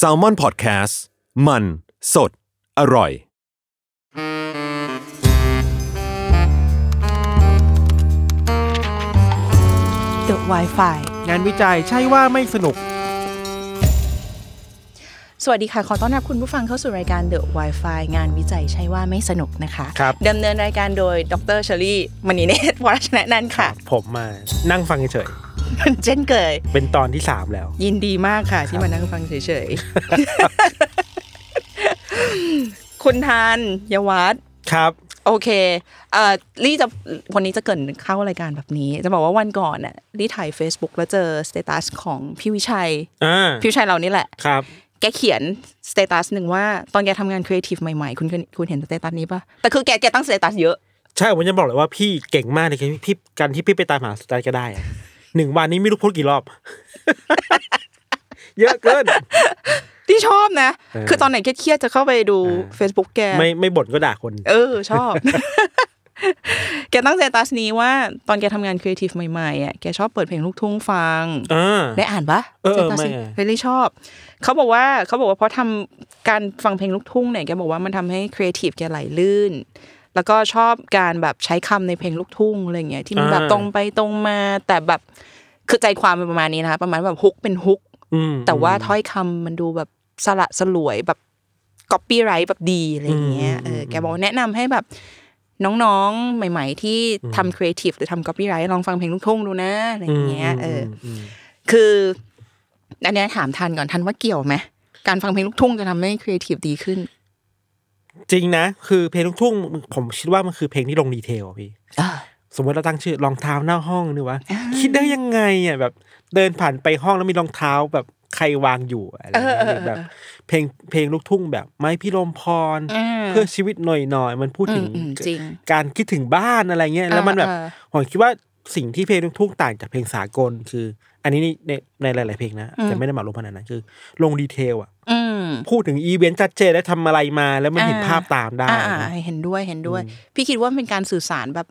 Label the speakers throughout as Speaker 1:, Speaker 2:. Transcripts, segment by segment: Speaker 1: s a l m o n PODCAST มันสดอร่อย
Speaker 2: The Wi-Fi
Speaker 3: งานวิจัยใช่ว่าไม่สนุก
Speaker 2: สวัสดีค่ะ ขอต้อนรับคุณผู้ฟังเข้าสู่รายการ The Wi-Fi งานวิจัยใช่ว่าไม่สนุกนะคะ
Speaker 3: ครับ
Speaker 2: ดำเนินรายการโดยดรเชอรี่มณีเนตรวรชนะนันท์ค่ะ
Speaker 3: ผมมานั่งฟังเฉย
Speaker 2: เช่นเคย
Speaker 3: ๆเป็นตอนที่ 3 แล้ว
Speaker 2: ยินดีมากค่ะ ที่มานั่งฟังเฉยๆ คุณทานยวัฒน์
Speaker 3: ครับ
Speaker 2: โอเคเอ่อลี่จะวันนี้จะเกรินเข้ารายการแบบนี้ จะบอกว่าวันก่อนน่ะลี่ถ่าย Facebook แล้วเจอสเตตัสของพี่วิชัย
Speaker 3: อ่า
Speaker 2: พี่วิชัยเรานี่แหละ
Speaker 3: ครับ
Speaker 2: แกเขียนสเตตัสหนึ่งว่าตอนแกทำงานครีเอทีฟใหม่ๆ คุณเคยคุณเห็นสเตตัสนี้ปะแต่คือแกแกตั้งสเตตัสเยอะ
Speaker 3: ใช่ผมจะบอกเลยว่าพี่เก่งมากในการที่พี่การที่พี่ไปตามหาสไตล์ก็ได้อะหนึ่งวันนี้ไม่รู้พูดกี่รอบ เยอะเกิน
Speaker 2: ที่ชอบนะ
Speaker 3: เออ
Speaker 2: คือตอนไหนเครียดๆจะเข้าไปดู
Speaker 3: เออ
Speaker 2: Facebook แก
Speaker 3: ไม่ไม่บ่นก็ด่าคน
Speaker 2: เออ ชอบ แกตั้งสเตตัสนี้ว่าตอนแกทำงานครีเอทีฟใหม่ๆอ่ะแกชอบเปิดเพลงลูกทุ่งฟัง
Speaker 3: อ่า
Speaker 2: ได้อ่านปะ
Speaker 3: เออเออ
Speaker 2: สตตัส
Speaker 3: ไม่
Speaker 2: เฟรนลี่ชอบ เขาบอกว่าเขาบอกว่าเพราะทำการฟังเพลงลูกทุ่งเนี่ยแกบอกว่ามันทำให้ครีเอทีฟแกไหลลื่น แล้วก็ชอบการแบบใช้คำในเพลงลูกทุ่งอะไรอย่างเงี้ยที่มันแบบตรงไปตรงมา แต่แบบคือใจความเป็นประมาณนี้นะคะประมาณแบบฮุกเป็นฮุก
Speaker 3: อืม
Speaker 2: แต่ว่าถ้อยคำมันดูแบบสละสลวยแบบก๊อปปี้ไรแบบดีอะไรอย่างเงี้ยเออแกบอกว่าแนะนำให้แบบน้องๆใหม่ ๆ ที่ทำครีเอทีฟหรือทำก๊อปปี้ไรลองฟังเพลงลูกทุ่งดูนะอะไรอย่างเงี้ยเอออ
Speaker 3: มอืม
Speaker 2: คืออันเนี้ยถามทันก่อนทันว่าเกี่ยวไหมการฟังเพลงลูกทุ่งจะทำให้ครีเอทีฟดีขึ้น
Speaker 3: จริงนะ คือเพลงลูกทุ่งผมคิดว่ามันคือเพลงที่ลงดีเทลอะพี่ สมมติเราตั้งชื่อรองเท้าหน้าห้องนี่วะคิดได้ยังไงอ่ะแบบ เดินผ่านไปห้องแล้วมีรองเท้าแบบใครวางอยู่อะไรอย่างเงี้ยแบบ เพลงเพลงลูกทุ่งแบบไม้พี่ลมพร
Speaker 2: อ่า
Speaker 3: เพื่อชีวิตหน่อยหน่อยๆมันพูดถึง
Speaker 2: อืมอืมจริง
Speaker 3: การคิดถึงบ้านอะไรเงี้ยแล้วมันแบบ
Speaker 2: อ่าอ่า
Speaker 3: ผมคิดว่าสิ่งที่เพลงลูกทุ่งต่างจากเพลงสากลคือ อันนี้นี่ในในหลาย ๆ เพลงนะแต่ไม่ได้หมายรวมขนาดนั้นคือ ลงดีเทลอ่ะ
Speaker 2: อืม
Speaker 3: พูดถึงอีเวนต์ชัดเจนและทำอะไรมาแล้วมันเห็น
Speaker 2: อ่า
Speaker 3: ภาพตามได้
Speaker 2: อ่า
Speaker 3: นะ
Speaker 2: เห็นด้วยเห็นด้วย พี่คิดว่ามันเป็นการสื่อสารแบบ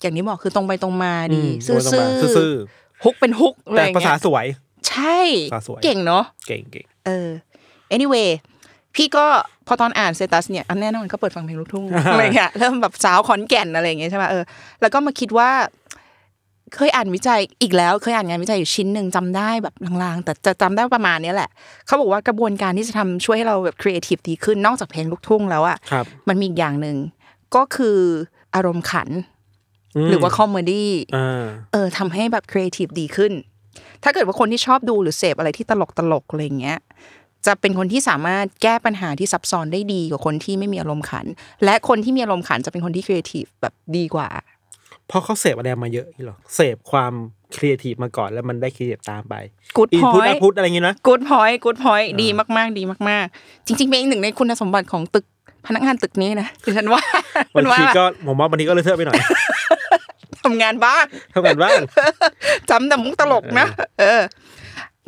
Speaker 2: อย่างนี้บอกคือตรงไปตรงมาดี
Speaker 3: อืม
Speaker 2: ซื่อ
Speaker 3: ตรงไปตรงมาซื่อ
Speaker 2: ฮุกเป็นฮุกอะไร
Speaker 3: แต่
Speaker 2: อย่าง
Speaker 3: ภาษา
Speaker 2: เงี้ย
Speaker 3: สวย
Speaker 2: ใช่
Speaker 3: ภาษาสวย
Speaker 2: เก่งเนาะ
Speaker 3: เก่งเก่ง
Speaker 2: เออ anyway พี่ก็พอตอนอ่านเซตัสเนี่ยอันแน่นอนก็เปิดฟังเพลงลูก ทุ่ง อะไรเงี้ยเริ่มแบบสาวขอนแก่นอะไรอย่างเงี้ยใช่ป่ะเออแล้วก็มาคิดว่า เคยอ่านวิจัยอีกแล้วเคยอ่านงานวิจัยอยู่ชิ้นหนึ่งจำได้แบบลางๆ แต่จะจำได้ประมาณเนี้ยแหละ เขาบอกว่ากระบวนการที่จะทำช่วยให้เราแบบครีเอทีฟดีขึ้นนอกจากเพลงลูกทุ่งแล้วอะ
Speaker 3: ครับ
Speaker 2: มันมีอีกอย่างหนึ่งก็คืออารมณ์ขัน
Speaker 3: ม
Speaker 2: หรือว่าคอมเมดี้
Speaker 3: อ่า
Speaker 2: เออทำให้แบบครีเอทีฟดีขึ้น ถ้าเกิดว่าคนที่ชอบดูหรือเสพอะไรที่ตลกตลกๆอะไรอย่างเงี้ย จะเป็นคนที่สามารถแก้ปัญหาที่ซับซ้อนได้ดีกว่าคนที่ไม่มีอารมณ์ขัน และคนที่มีอารมณ์ขันจะเป็นคนที่ครีเอทีฟแบบดีกว่า
Speaker 3: เพราะเขาเสพอะไรมาเยอะนี่หรอเสพความครีเอทีฟมาก่อนแล้วมันได้ครีเอทตามไป
Speaker 2: Good
Speaker 3: อินพุต
Speaker 2: point
Speaker 3: เอาพุตอะไรอย่างงี้นะ
Speaker 2: กูดพอยต์กูดพอยต์ดีมาก ๆ ดีมาก ๆ จริง ๆ เป็นอีกหนึ่งในคุณสมบัติของตึกพนักงานตึกนี้นะ ดิฉันว่า
Speaker 3: บาง
Speaker 2: ว่า
Speaker 3: ทีก็ผมว่าวันนี้ก็เลยเทอะไปหน่อย
Speaker 2: ทำงานบ้าง
Speaker 3: เท่ากันบ้าง
Speaker 2: จำแต่มุกตลกนะเออ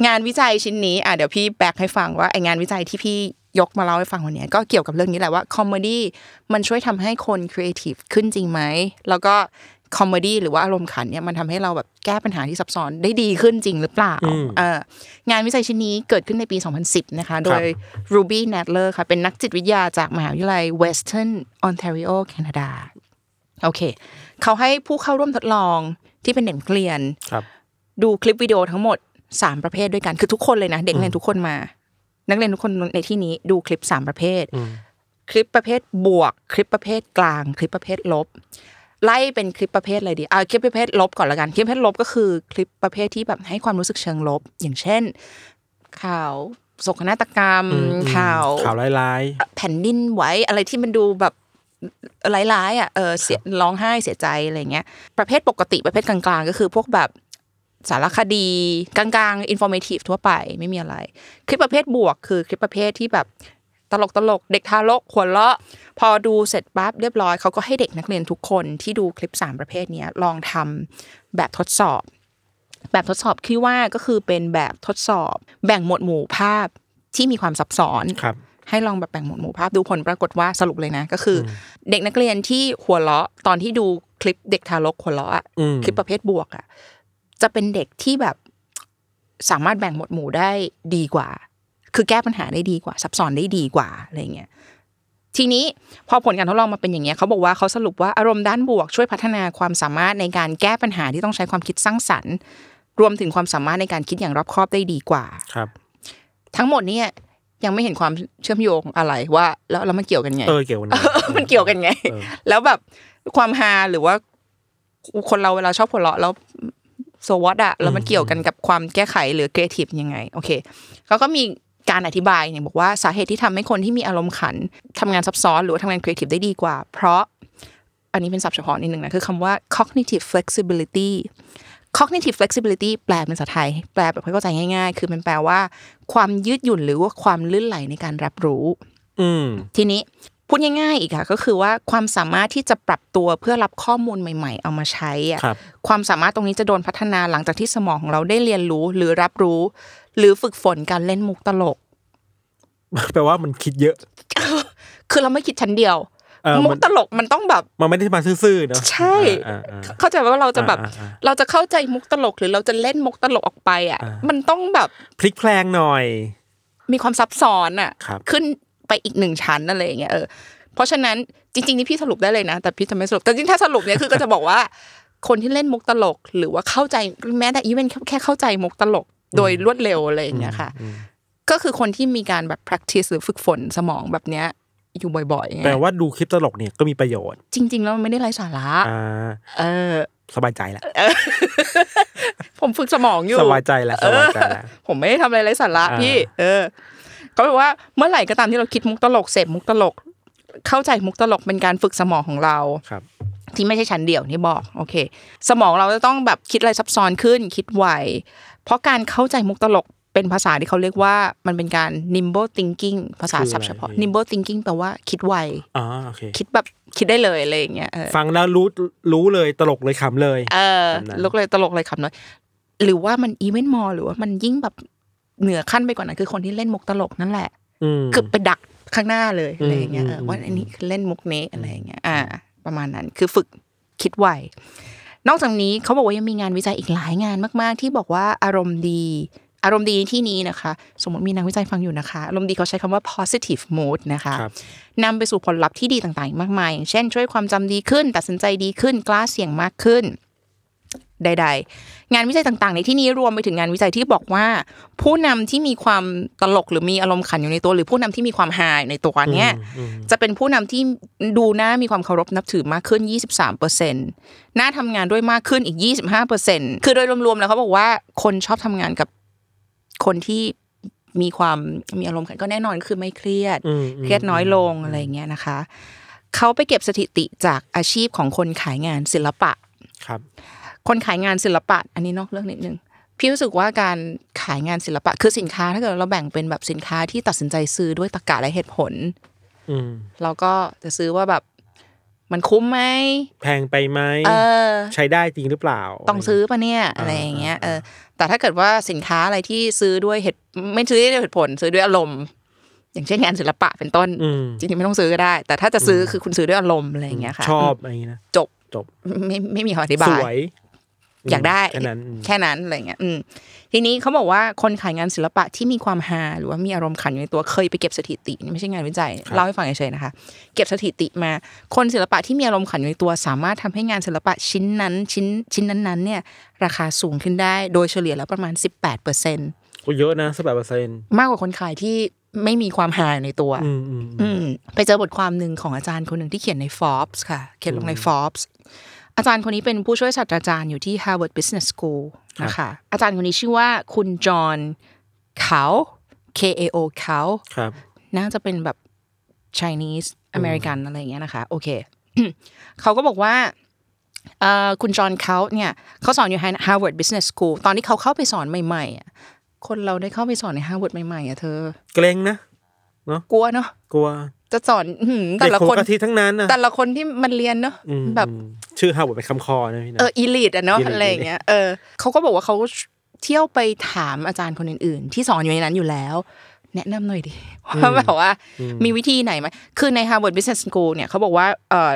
Speaker 2: งานวิจัยชิ้นนี้อ่ะเดี๋ยวพี่แบกให้ฟังว่าไองานวิจัยที่พี่ยกมาเล่าให้ฟังวันเนี้ยก็เกี่ยวกับเรื่องนี้แหละว่าคอมเมดี้มันช่วยทำให้คนครีเอทีฟขึ้นจริงไหม แล้วก็คอมเมดี้หรือว่าอารมณ์ขันเนี่ยมันทำให้เราแบบแก้ปัญหาที่ซับซ้อนได้ดีขึ้นจริงหรือเปล่า
Speaker 3: อืม
Speaker 2: เอองานวิจัยชิ้นนี้เกิดขึ้นในปี 2010 นะคะ โดย Ruby Nadler ค่ะ เป็นนักจิตวิทยาจากมหาวิทยาลัย Western Ontario แคนาดา โอเค เขาให้ผู้เข้าร่วมทดลองที่เป็นเด็กนักเรียน
Speaker 3: ครับ
Speaker 2: ดูคลิปวิดีโอทั้งหมด 3 ประเภทด้วยกัน คือทุกคนเลยนะ เด็กนักเรียนทุกคนมา นักเรียนทุกคนในที่นี้ดูคลิป 3 ประเภท
Speaker 3: อืม
Speaker 2: คลิปประเภทบวก คลิปประเภทกลาง คลิปประเภทลบ ไล่เป็นคลิปประเภทอะไรดีอ่าคลิปประเภทลบก่อนละกัน คลิปประเภทลบก็คือคลิปประเภทที่แบบให้ความรู้สึกเชิงลบ อย่างเช่น ข่าวโศกนาฏกรรม
Speaker 3: อืมอืม
Speaker 2: ข่าว
Speaker 3: ข่าวร้าย
Speaker 2: แผ่นดินไหวอะไรที่มันดูแบบร้ายๆอ่ะเออเสียร้องไห้เสียใจอะไรเงี้ย ประเภทปกติประเภทกลางๆ ก็คือพวกแบบ สารคดีกลางๆอินโฟเมทีฟทั่วไปไม่มีอะไร คลิปประเภทบวกคือคลิปประเภทที่แบบตลกตลกๆเด็กทารกหัวเราะ พอดูเสร็จปั๊บเรียบร้อยเขาก็ให้เด็กนักเรียนทุกคนที่ดูคลิป 3 ประเภทเนี้ยลองทำแบบทดสอบ แบบทดสอบที่ว่าก็คือเป็นแบบทดสอบแบ่งหมวดหมู่ภาพที่มีความซับซ้อน
Speaker 3: ครับ
Speaker 2: ให้ลองแบบแบ่งหมวดหมู่ภาพดูผลปรากฏว่าสรุปเลยนะ ก็คืออเด็กนักเรียนที่หัวเราะตอนที่ดูคลิปเด็กทารกหัวเราะอะ
Speaker 3: อืม
Speaker 2: คลิปประเภทบวกอะจะเป็นเด็กที่แบบสามารถแบ่งหมวดหมู่ได้ดีกว่า คือแก้ปัญหาได้ดีกว่า ซับซ้อนได้ดีกว่าอะไรเงี้ยทีนี้พอผลการทดลองมาเป็นอย่างเงี้ยเขาบอกว่าเขาสรุปว่าอารมณ์ด้านบวกช่วยพัฒนาความสามารถในการแก้ปัญหาที่ต้องใช้ความคิดสร้างสรรค์ รวมถึงความสามารถในการคิดอย่างรอบคอบได้ดีกว่า
Speaker 3: ครับ
Speaker 2: ทั้งหมดเนี่ยยังไม่เห็นความเชื่อมโยงอะไรว่าแล้วแล้วมันเกี่ยวกันไง
Speaker 3: เออเกี่ยวนะ
Speaker 2: มันเกี่ยวกันไง
Speaker 3: เออ
Speaker 2: แล้วแบบความฮาหรือว่าคนเราเวลาชอบหัวเราะแล้วโซวอตอะแล้วมันเกี่ยวกันกับความแก้ไขหรือครีเอทีฟยังไง โอเคเขาก็มีการอธิบายเนี่ยบอกว่าสาเหตุที่ทำให้คนที่มีอารมณ์ขันทำงานซับซ้อนหรือว่าทำงานครีเอทีฟได้ดีกว่า เพราะอันนี้เป็นศัพท์เฉพาะนิดนึงนะ คือคำว่า cognitive flexibility cognitive flexibility แปลเป็นภาษาไทย แปลแบบให้เข้าใจง่าย ๆ คือมันแปลว่า ความยืดหยุ่นหรือว่าความลื่นไหลในการรับรู้
Speaker 3: อืม
Speaker 2: ทีนี้พูดง่ายๆอีกค่ะก็คือว่าความสามารถที่จะปรับตัวเพื่อรับข้อมูลใหม่ ๆ เอามาใช้อะ
Speaker 3: ครับ
Speaker 2: ความสามารถตรงนี้จะโดนพัฒนาหลังจากที่สมองของเราได้เรียนรู้หรือรับรู้ หรือฝึกฝนการเล่นมุกตลก
Speaker 3: แปลว่ามันคิดเยอะ
Speaker 2: คือเราไม่คิดชั้นเดียว
Speaker 3: เออ
Speaker 2: มุ
Speaker 3: มั
Speaker 2: ก
Speaker 3: น
Speaker 2: ตลกมันต้องแบบ
Speaker 3: มันไม่ได้มาซื่อๆเนาะ
Speaker 2: ใช่
Speaker 3: อ่าอ่าอ่า
Speaker 2: เข้าใจว่าเราจะแบบ
Speaker 3: อ่าอ่าอ่า
Speaker 2: เราจะเข้าใจมุกตลกหรือเราจะเล่นมุกตลกออกไปอ่ะ
Speaker 3: อ่ามั
Speaker 2: มันต้องแบบ
Speaker 3: พลิกแพลงหน่อย
Speaker 2: มีความซับซ้อนอ่ะ
Speaker 3: ครับ
Speaker 2: ขึ้นไปอีกหนึ่งชั้นอะไรอย่างเงี้ยเออเพราะฉะนั้นจริงๆนี่พี่สรุปได้เลยนะ แต่พี่จะไม่สรุปแต่จริงๆถ้าสรุปเนี่ยคือก็จะบอกว่า คนที่เล่นมุกตลก หรือว่าเข้าใจแม้แต่อีเวนต์แค่เข้าใจมุกตลก โดยรวดเร็วอะไรอย่างเงี้ยค่ะ ก็คือคนที่มีการแบบ practice หรือฝึกฝนสมองแบบเนี้ยอยู่บ่อยๆไง
Speaker 3: แปลว่าดูคลิปตลกเนี่ยก็มีประโยชน์
Speaker 2: จริง ๆ แล้วมันไม่ได้ไร้สาระ
Speaker 3: อ่า
Speaker 2: เออ
Speaker 3: สบายใจแล้ว
Speaker 2: ผมฝึกสมองอยู่
Speaker 3: สบายใจแล้วสบายใจแล้ว
Speaker 2: ผมไม่ได้ทำอะไรไร้สาระ
Speaker 3: อ่า
Speaker 2: พี่ เออเขาบอกว่าเมื่อไหร่ก็ตามที่เราคิดมุกตลกเสพมุกตลก เข้าใจมุกตลกเป็นการฝึกสมองของเรา
Speaker 3: ครับ
Speaker 2: ที่ไม่ใช่ชั้นเดี่ยวนี่บอกโอเค สมองเราจะต้องแบบคิดอะไรซับซ้อนขึ้น คิดไวเพราะการเข้าใจมุกตลกเป็นภาษาที่เขาเรียกว่ามันเป็นการ nimble thinking ภาษาศัพท์เฉพาะ
Speaker 3: คืออะไร
Speaker 2: nimble thinking แปลว่าคิดไว
Speaker 3: อ๋อโอเค
Speaker 2: คิดแบบคิดได้เลยอะไรอย่างเงี้ยเออ
Speaker 3: ฟังแล้วรู้รู้เลยตลกเลยขำเลย
Speaker 2: เออ
Speaker 3: แบบนั้น
Speaker 2: ลกเลยตลกเลยขำน้อยหรือว่ามันอีเวนต์มอหรือว่ามันยิ่งแบบเหนือขั้นไปกว่านั้นคือคนที่เล่นมุกตลกนั่นแหละ
Speaker 3: อืม
Speaker 2: คือไปดักข้างหน้าเลย
Speaker 3: อืม
Speaker 2: อะไรอย่างเงี้ยเออ
Speaker 3: อืม
Speaker 2: ว่าอันนี้คือเล่นมุกนี้อะไรอย่างเงี้ยอ่า ประมาณนั้นคือฝึกคิดไว นอกจากนี้เขาบอกว่ายังมีงานวิจัยอีกหลายงานมาก ๆ ที่บอกว่าอารมณ์ดี อารมณ์ดีในที่นี้นะคะ สมมติมีนักวิจัยฟังอยู่นะคะ อารมณ์ดีเขาใช้คำว่า positive mood นะคะ
Speaker 3: ครับ
Speaker 2: นำไปสู่ผลลัพธ์ที่ดีต่างๆอีกมากมาย อย่างเช่น ช่วยความจำดีขึ้น ตัดสินใจดีขึ้น กล้าเสี่ยงมากขึ้น ใด ๆ งานวิจัยต่างๆ ในที่นี้รวมไปถึงงานวิจัยที่บอกว่า ผู้นำที่มีความตลกหรือมีอารมณ์ขันอยู่ในตัว หรือผู้นำที่มีความฮาอยู่ในตัวเนี่ยจะเป็นผู้นำที่ดูหน้ามีความเคารพนับถือมากขึ้น 23%หน้าทำงานด้วยมากขึ้นอีก 25%คือโดยรวมๆแล้วเขาบอกว่าคนชอบทำงานกับคนที่มีความมีอารมณ์ขันก็แน่นอนก็คือไม่เครียด
Speaker 3: อืม
Speaker 2: เครียดน้อยลงอะไรอย่างเงี้ยนะคะ เขาไปเก็บสถิติจากอาชีพของคนขายงานศิลปะ
Speaker 3: ครับ
Speaker 2: คนขายงานศิลปะ อันนี้นอกเรื่องนิดนึง พี่รู้สึกว่าการขายงานศิลปะ คือสินค้าถ้าเกิดเราแบ่งเป็นแบบสินค้าที่ตัดสินใจซื้อด้วยตรรกะและเหตุผล
Speaker 3: อืม
Speaker 2: เราก็จะซื้อว่าแบบมันคุ้มไหม
Speaker 3: แพงไปไหม
Speaker 2: เออ
Speaker 3: ใช้ได้จริงหรือเปล่า
Speaker 2: ต้องซื้อปะเนี่ยอะไรอย่างเงี้ยเออแต่ถ้าเกิดว่าสินค้าอะไรที่ซื้อด้วยเหตุไม่ซื้อด้วยเหตุผล ซื้อด้วยอารมณ์ อย่างเช่นงานศิลปะเป็นต้น
Speaker 3: อืม
Speaker 2: จริงๆไม่ต้องซื้อก็ได้ แต่ถ้าจะซื้อคือคุณซื้อด้วยอารมณ์อะไรอย่างเงี้ยค่ะ
Speaker 3: ชอบอะไรอย่างงี้นะ
Speaker 2: จบ
Speaker 3: จบ
Speaker 2: ไม่ไม่มีคำอธิบาย
Speaker 3: สวย
Speaker 2: อยากได้
Speaker 3: แค่นั้นอืม
Speaker 2: แค่นั้นอะไรเงี้ยอืมทีนี้เขาบอกว่าคนขายงานศิลปะที่มีความฮาหรือว่ามีอารมณ์ขันอยู่ในตัวเคยไปเก็บสถิตินี่ไม่ใช่งานวิจัยเล่าให้ฟังเฉยๆนะคะ เก็บสถิติมา คนศิลปะที่มีอารมณ์ขันอยู่ในตัว สามารถทำให้งานศิลปะชิ้นนั้นชิ้นชิ้นนั้นๆเนี่ยราคาสูงขึ้นได้โดยเฉลี่ยแล้วประมาณ 18%
Speaker 3: โอ้เยอะนะสบายเปอร์เซ็นต์
Speaker 2: มากกว่าคนขายที่ไม่มีความฮาอยู่ในตัว
Speaker 3: อืมอืม
Speaker 2: อืมไปเจอบทความหนึ่งของอาจารย์คนหนึ่งที่เขียนใน Forbes ค่ะ เขียนลงใน Forbes อาจารย์คนนี้เป็นผู้ช่วยศาสตราจารย์อยู่ที่ Harvard Business School นะคะอาจารย์คนนี้ชื่อว่าคุณจอห์นเขา K A O เขา
Speaker 3: ครับ
Speaker 2: น่าจะเป็นแบบ Chinese American อะไรอย่างเงี้ยนะคะ โอเค เขาก็บอกว่า เอ่อคุณจอห์นเขาเนี่ยเขาสอนอยู่ Harvard Business School ตอนที่เขาเข้าไปสอนใหม่ๆอะคนเราได้เข้าไปสอนใน Harvard ใหม่ๆอ่ะเธอ
Speaker 3: เกรงนะ
Speaker 2: กลัวเนาะ
Speaker 3: กลัว
Speaker 2: จะสอนอื้อหือแต่
Speaker 3: เด็ก
Speaker 2: ละ
Speaker 3: หั
Speaker 2: ค
Speaker 3: วน กะทิทั้งนั้นนะ
Speaker 2: แต่ละคนที่มันเรียนเนาะ
Speaker 3: อืม
Speaker 2: แบบ
Speaker 3: ชื่อฮาวเวิร์ดเป็นคำคอนะพี่นะ
Speaker 2: เอออีลิตอะเนาะ
Speaker 3: elite
Speaker 2: อะไรอย่างเงี้ยเออเขาก็บอกว่าเขาเที่ยวไปถามอาจารย์คนอื่นๆ ที่สอนอยู่ในนั้นอยู่แล้ว แนะนำหน่อยดิว่าแบบว่ามีวิธีไหนไหมคือใน Harvard Business School เนี่ยเขาบอกว่าเออ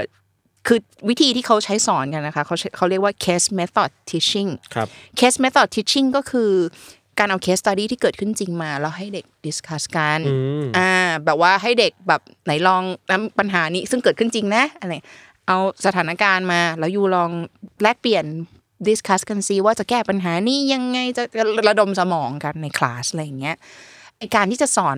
Speaker 2: คือวิธีที่เขาใช้สอนกันนะคะเขาใช้เขาเรียกว่า case method teaching
Speaker 3: ครับ
Speaker 2: case method teaching ก็คือการเอา case study ที่เกิดขึ้นจริงมา แล้วให้เด็ก discuss กัน
Speaker 3: ม
Speaker 2: อ่าแบบว่าให้เด็กแบบไหนลองนะปัญหานี้ซึ่งเกิดขึ้นจริงนะอะไรเอาสถานการณ์มา แล้วยูลองแลกเปลี่ยน discuss กันซิว่าจะแก้ปัญหานี้ยังไงจะระดมสมองกันในคลาสอะไรอย่างเงี้ยไอ้การที่จะสอน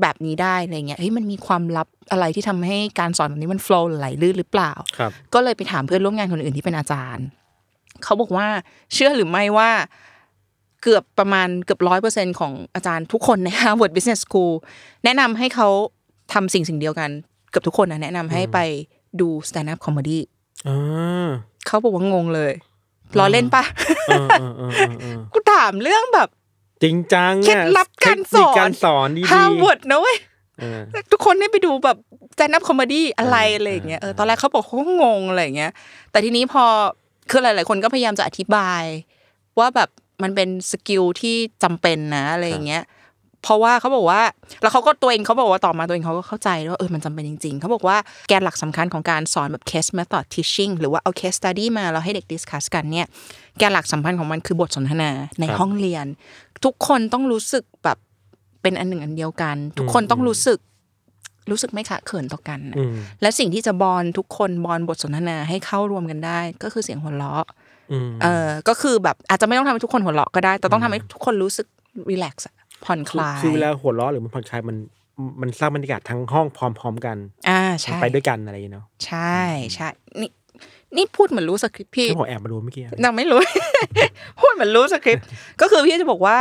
Speaker 2: แบบนี้ได้อะไรเงี้ยเฮ้ยมันมีความลับอะไรที่ทำให้การสอนแบบนี้มัน flow ไหลลื่นหรือเปล่า
Speaker 3: ครับ
Speaker 2: ก็เลยไปถามเพื่อนร่วมงานคนอื่นที่เป็นอาจารย์ เขาบอกว่าเชื่อหรือไม่ว่าเกือบประมาณเกือบร้อยเปอร์เซ็นของอาจารย์ทุกคน ใน Harvard Business School แนะนำให้เขาทำสิ่งสิ่งเดียวกัน เกือบทุกคนนะแนะนำให้ไปดู stand up comedy
Speaker 3: อ่า
Speaker 2: เขาบอกว่างงเลยล้อเล่นปะ
Speaker 3: เออเออเออเออเออ
Speaker 2: กูถามเรื่องแบบ
Speaker 3: จริงจังอะ
Speaker 2: เคล็ดลับการสอน
Speaker 3: เทคคการสอนดีๆ
Speaker 2: ฮาร์วาร์ดนะเว้ย
Speaker 3: เออ
Speaker 2: ทุกคนได้ไปดูแบบแตนด์อัพคอมเมดี้อะไร
Speaker 3: เอออ
Speaker 2: อะไรอย่างเงี้ยเออ
Speaker 3: เออ
Speaker 2: ตอนแรกเขาบอกเขาก็งงอะไรอย่างเงี้ย แต่ทีนี้พอคือหลาย ๆ คนก็พยายามจะอธิบาย ว่าแบบมันเป็นสกิลที่จำเป็นนะอะไรอย่างเงี้ย เพราะว่าเขาบอกว่า แล้วเขาก็ตัวเองเขาบอกว่าต่อมาตัวเองเขาก็เข้าใจว่าเออมันจำเป็นจริง ๆ เขาบอกว่าแกนหลักสำคัญของการสอนแบบ case method teaching หรือว่าเอา case study มาแล้วให้เด็ก discuss กันเนี่ย แกนหลักสำคัญของมันคือบทสนทนาใน
Speaker 3: ครับ
Speaker 2: ห้องเรียน ทุกคนต้องรู้สึกแบบเป็นอันหนึ่งอันเดียวกัน ทุกคนต้องรู้สึก รู้สึกไม่ขะเขินต่อกันน่ะ
Speaker 3: อืม
Speaker 2: และสิ่งที่จะบอลทุกคนบอลบทสนทนาให้เข้ารวมกันได้ ก็คือเสียงหัวเราะ
Speaker 3: อืม
Speaker 2: เออก็คือแบบอาจจะไม่ต้องทำให้ทุกคนหัวเราะก็ได้ แต่ต้องทำให้ทุกคนรู้สึกรีแลกซ์ผ่อนคลาย
Speaker 3: คือเวลาหัวเราะหรือมันผ่อนคลายมันมันสร้างบรรยากาศทั้งห้องพร้อมๆกัน
Speaker 2: อ่า
Speaker 3: มัน
Speaker 2: ใช่
Speaker 3: ไปด้วยกันอะไรอย่างเงี้ยเนาะ
Speaker 2: ใช่ใช่นี่นี่พูดเหมือนรู้สคริปต์พี่
Speaker 3: ที่ผมแอบมาดูเมื่อกี้อะ
Speaker 2: นางไม่รู้ พูดเหมือนรู้สคริปต์ ก็คือพี่จะบอกว่า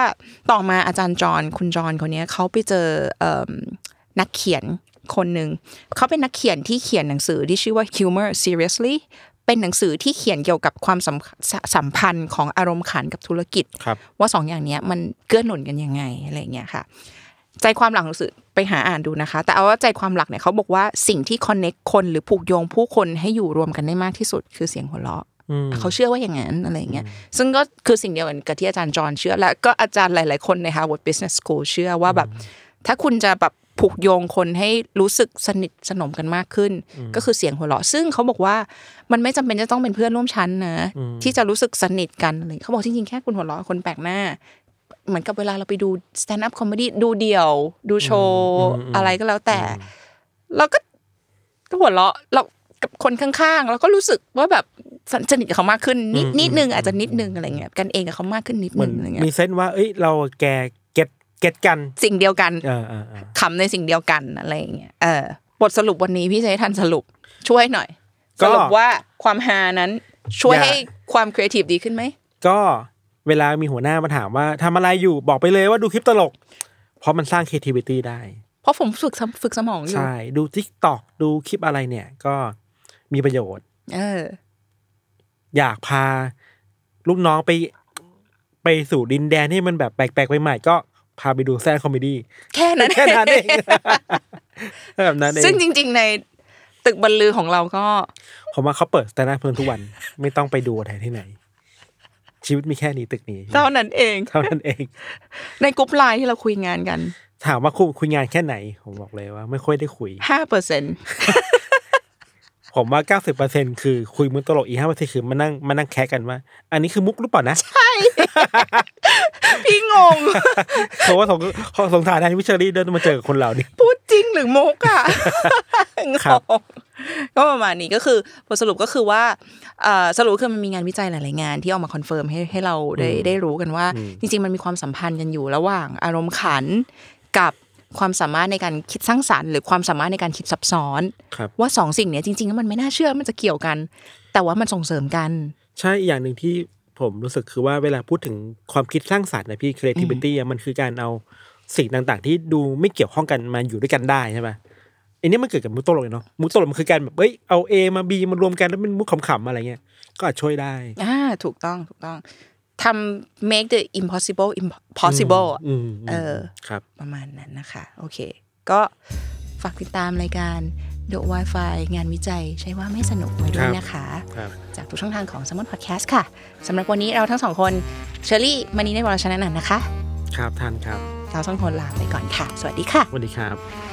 Speaker 2: ต่อมาอาจารย์จอห์นคุณจอห์นคนเนี้ยเขาไปเจอเอิ่มนักเขียนคนหนึ่งเขาเป็นนักเขียนที่เขียนหนังสือที่ชื่อว่า Humor Seriously เป็นหนังสือที่เขียนเกี่ยวกับความสัมสัมพันธ์ของอารมณ์ขันกับธุรกิจ
Speaker 3: ครับ
Speaker 2: ว่าสองอย่างเนี้ยมันเกื้อหนุนกันยังไงอะไรอย่างเงี้ยค่ะ ใจความหลักหนังสือไปหาอ่านดูนะคะ แต่เอาว่าใจความหลักเนี่ยเขาบอกว่าสิ่งที่คอนเน็กคนหรือผูกโยงผู้คนให้อยู่รวมกันได้มากที่สุด คือเสียงหัวเราะ
Speaker 3: อืม
Speaker 2: เขาเชื่อว่าอย่างนั้นอะไรอย่างเงี้ยซึ่งก็คือสิ่งเดียวกันกับที่อาจารย์จอห์นเชื่อ และก็อาจารย์หลาย ๆ คนใน Harvard Business School เชื่อว่าแบบ ถ้าคุณจะแบบผูกโยงคนให้รู้สึกสนิทสนมกันมากขึ้น ก็คือเสียงหัวเราะ ซึ่งเขาบอกว่ามันไม่จำเป็นจะต้องเป็นเพื่อนร่วมชั้นนะ ที่จะรู้สึกสนิทกันอะไรเขาบอกจริงๆแค่คุณหัวเราะกับคนแปลกหน้า เหมือนกับเวลาเราไปดู stand up comedy ดูเดี่ยว ดูโชว์ อะไรก็แล้วแต่เราก็หัวเราะเรากับคนข้างๆเราก็รู้สึกว่าแบบสนสนิทกับเขามากขึ้น นิดนิดนึงอาจจะนิดนึงอะไรเงี้ยกันเองกับเขามากขึ้นนิด
Speaker 3: เหมื
Speaker 2: นึ
Speaker 3: อ
Speaker 2: ง
Speaker 3: น
Speaker 2: อะไรเงี้
Speaker 3: มี
Speaker 2: ย
Speaker 3: เซนส์ว่า เอ้ย เราแกเก็ตเก็ตกัน
Speaker 2: สิ่งเดียวกัน
Speaker 3: เออเออเออ
Speaker 2: ขำในสิ่งเดียวกันอะไรอย่างเงี้ย เออบทสรุปวันนี้พี่จะให้ทันสรุปช่วยหน่อย สรุปว่าความฮานั้นช่วยให้ความครีเอทีฟดีขึ้นไหม
Speaker 3: ก็เวลามีหัวหน้ามาถามว่าทำอะไรอยู่บอกไปเลยว่าดูคลิปตลก เพราะมันสร้าง creativity ได้
Speaker 2: เพราะผมฝึกสมฝึกสมองอยู่
Speaker 3: ใช่ ดู Tik t o k ดูคลิปอะไรเนี่ย ก็มีประโยชน์
Speaker 2: เออ
Speaker 3: อยากพาลูกน้องไป ไปสู่ดินแดนที่มันแบบแปลกๆใหม่ๆก็พาไปดูแซนคอมเมดี้
Speaker 2: แค่นั้น
Speaker 3: แค่นั้นเอง แบบนั้นเอง
Speaker 2: ซึ่งจริง ๆ ในตึกบรรลือของเราก็
Speaker 3: ผมว่าเขาเปิดสแตนด์อัพเพิ่มทุกวัน ไม่ต้องไปดูอะไรที่ไหน ชีวิตมีแค่นี้ตึกนี้
Speaker 2: เท่านั้นเอง
Speaker 3: เท่านั้นเอง
Speaker 2: ในกลุ่มไลน์ที่เราคุยงานกัน
Speaker 3: ถามว่าคุยคุยงานแค่ไหน ผมบอกเลยว่าไม่ค่อยได้คุย
Speaker 2: ห้าเปอร์เซ็นต์
Speaker 3: ผมว่าเก้าสิบเปอร์เซ็นคือคุยมุกตลกอีห้าเปอร์เซ็นคือมานั่งมานั่งแคะกันว่า อันนี้คือมุกหรือเปล่านะ
Speaker 2: พี่งง
Speaker 3: เพราะว่าสงขอสงสารแทนวิชารีเดินมาเจอกับคนเหล่านี้
Speaker 2: พูดจริงหรือมุกอ่ะง
Speaker 3: ครับ
Speaker 2: งก็ประมาณนี้ก็คือบทสรุปก็คือว่าเอ่อสรุปคือมันมีงานวิจัยหลายๆงานที่ออกมาคอนเฟิร์มให้ให้เราได้ได้รู้กันว่า จริง ๆ มันมีความสัมพันธ์กันอยู่ระหว่างอารมณ์ขันกับความสามารถในการคิดสร้างสรรค์หรือความสามารถในการคิดซับซ้อน
Speaker 3: ครับ
Speaker 2: ว่าสองสิ่งเนี้ยจริงๆแล้วมันไม่น่าเชื่อมันจะเกี่ยวกัน แต่ว่ามันส่งเสริมกัน
Speaker 3: ใช่อีกอย่างหนึ่งที่ผมรู้สึกคือว่าเวลาพูดถึงความคิดสร้างสรรค์นะพี่ creativity อะมันคือการเอาสิ่งต่างๆ ที่ดูไม่เกี่ยวข้องกันมาอยู่ด้วยกันได้ใช่ไหมอันนี้มันเกิดกับมุกตลกเลยเนาะมุกตลกมันคือการแบบเอ้ยเอา A มา B มารวมกันแล้วเป็นมุกขำๆอะไรเงี้ย ก็อาจช่วยได้
Speaker 2: อ่าถูกต้องถูกต้องทำ make the impossible impossible อะ
Speaker 3: อืมม
Speaker 2: เออ
Speaker 3: ครับ
Speaker 2: ประมาณนั้นนะคะ โอเค ก็ฝากติดตามรายการ The Wi-Fi งานวิจัยใช่ว่าไม่สนุกไว้ด้วยนะคะ
Speaker 3: ครับ
Speaker 2: จากทุกช่องทางของ s ซ m o n Podcast ค่ะสำหรับวันนี้เราทั้งสองคนเชอรี่มานีในวรชนะนันท์นะคะ
Speaker 3: ครับท่านครับ
Speaker 2: เราสองคนลาไปก่อนค่ะ สวัสดีค่ะ
Speaker 3: สวัสดีครับ
Speaker 2: ค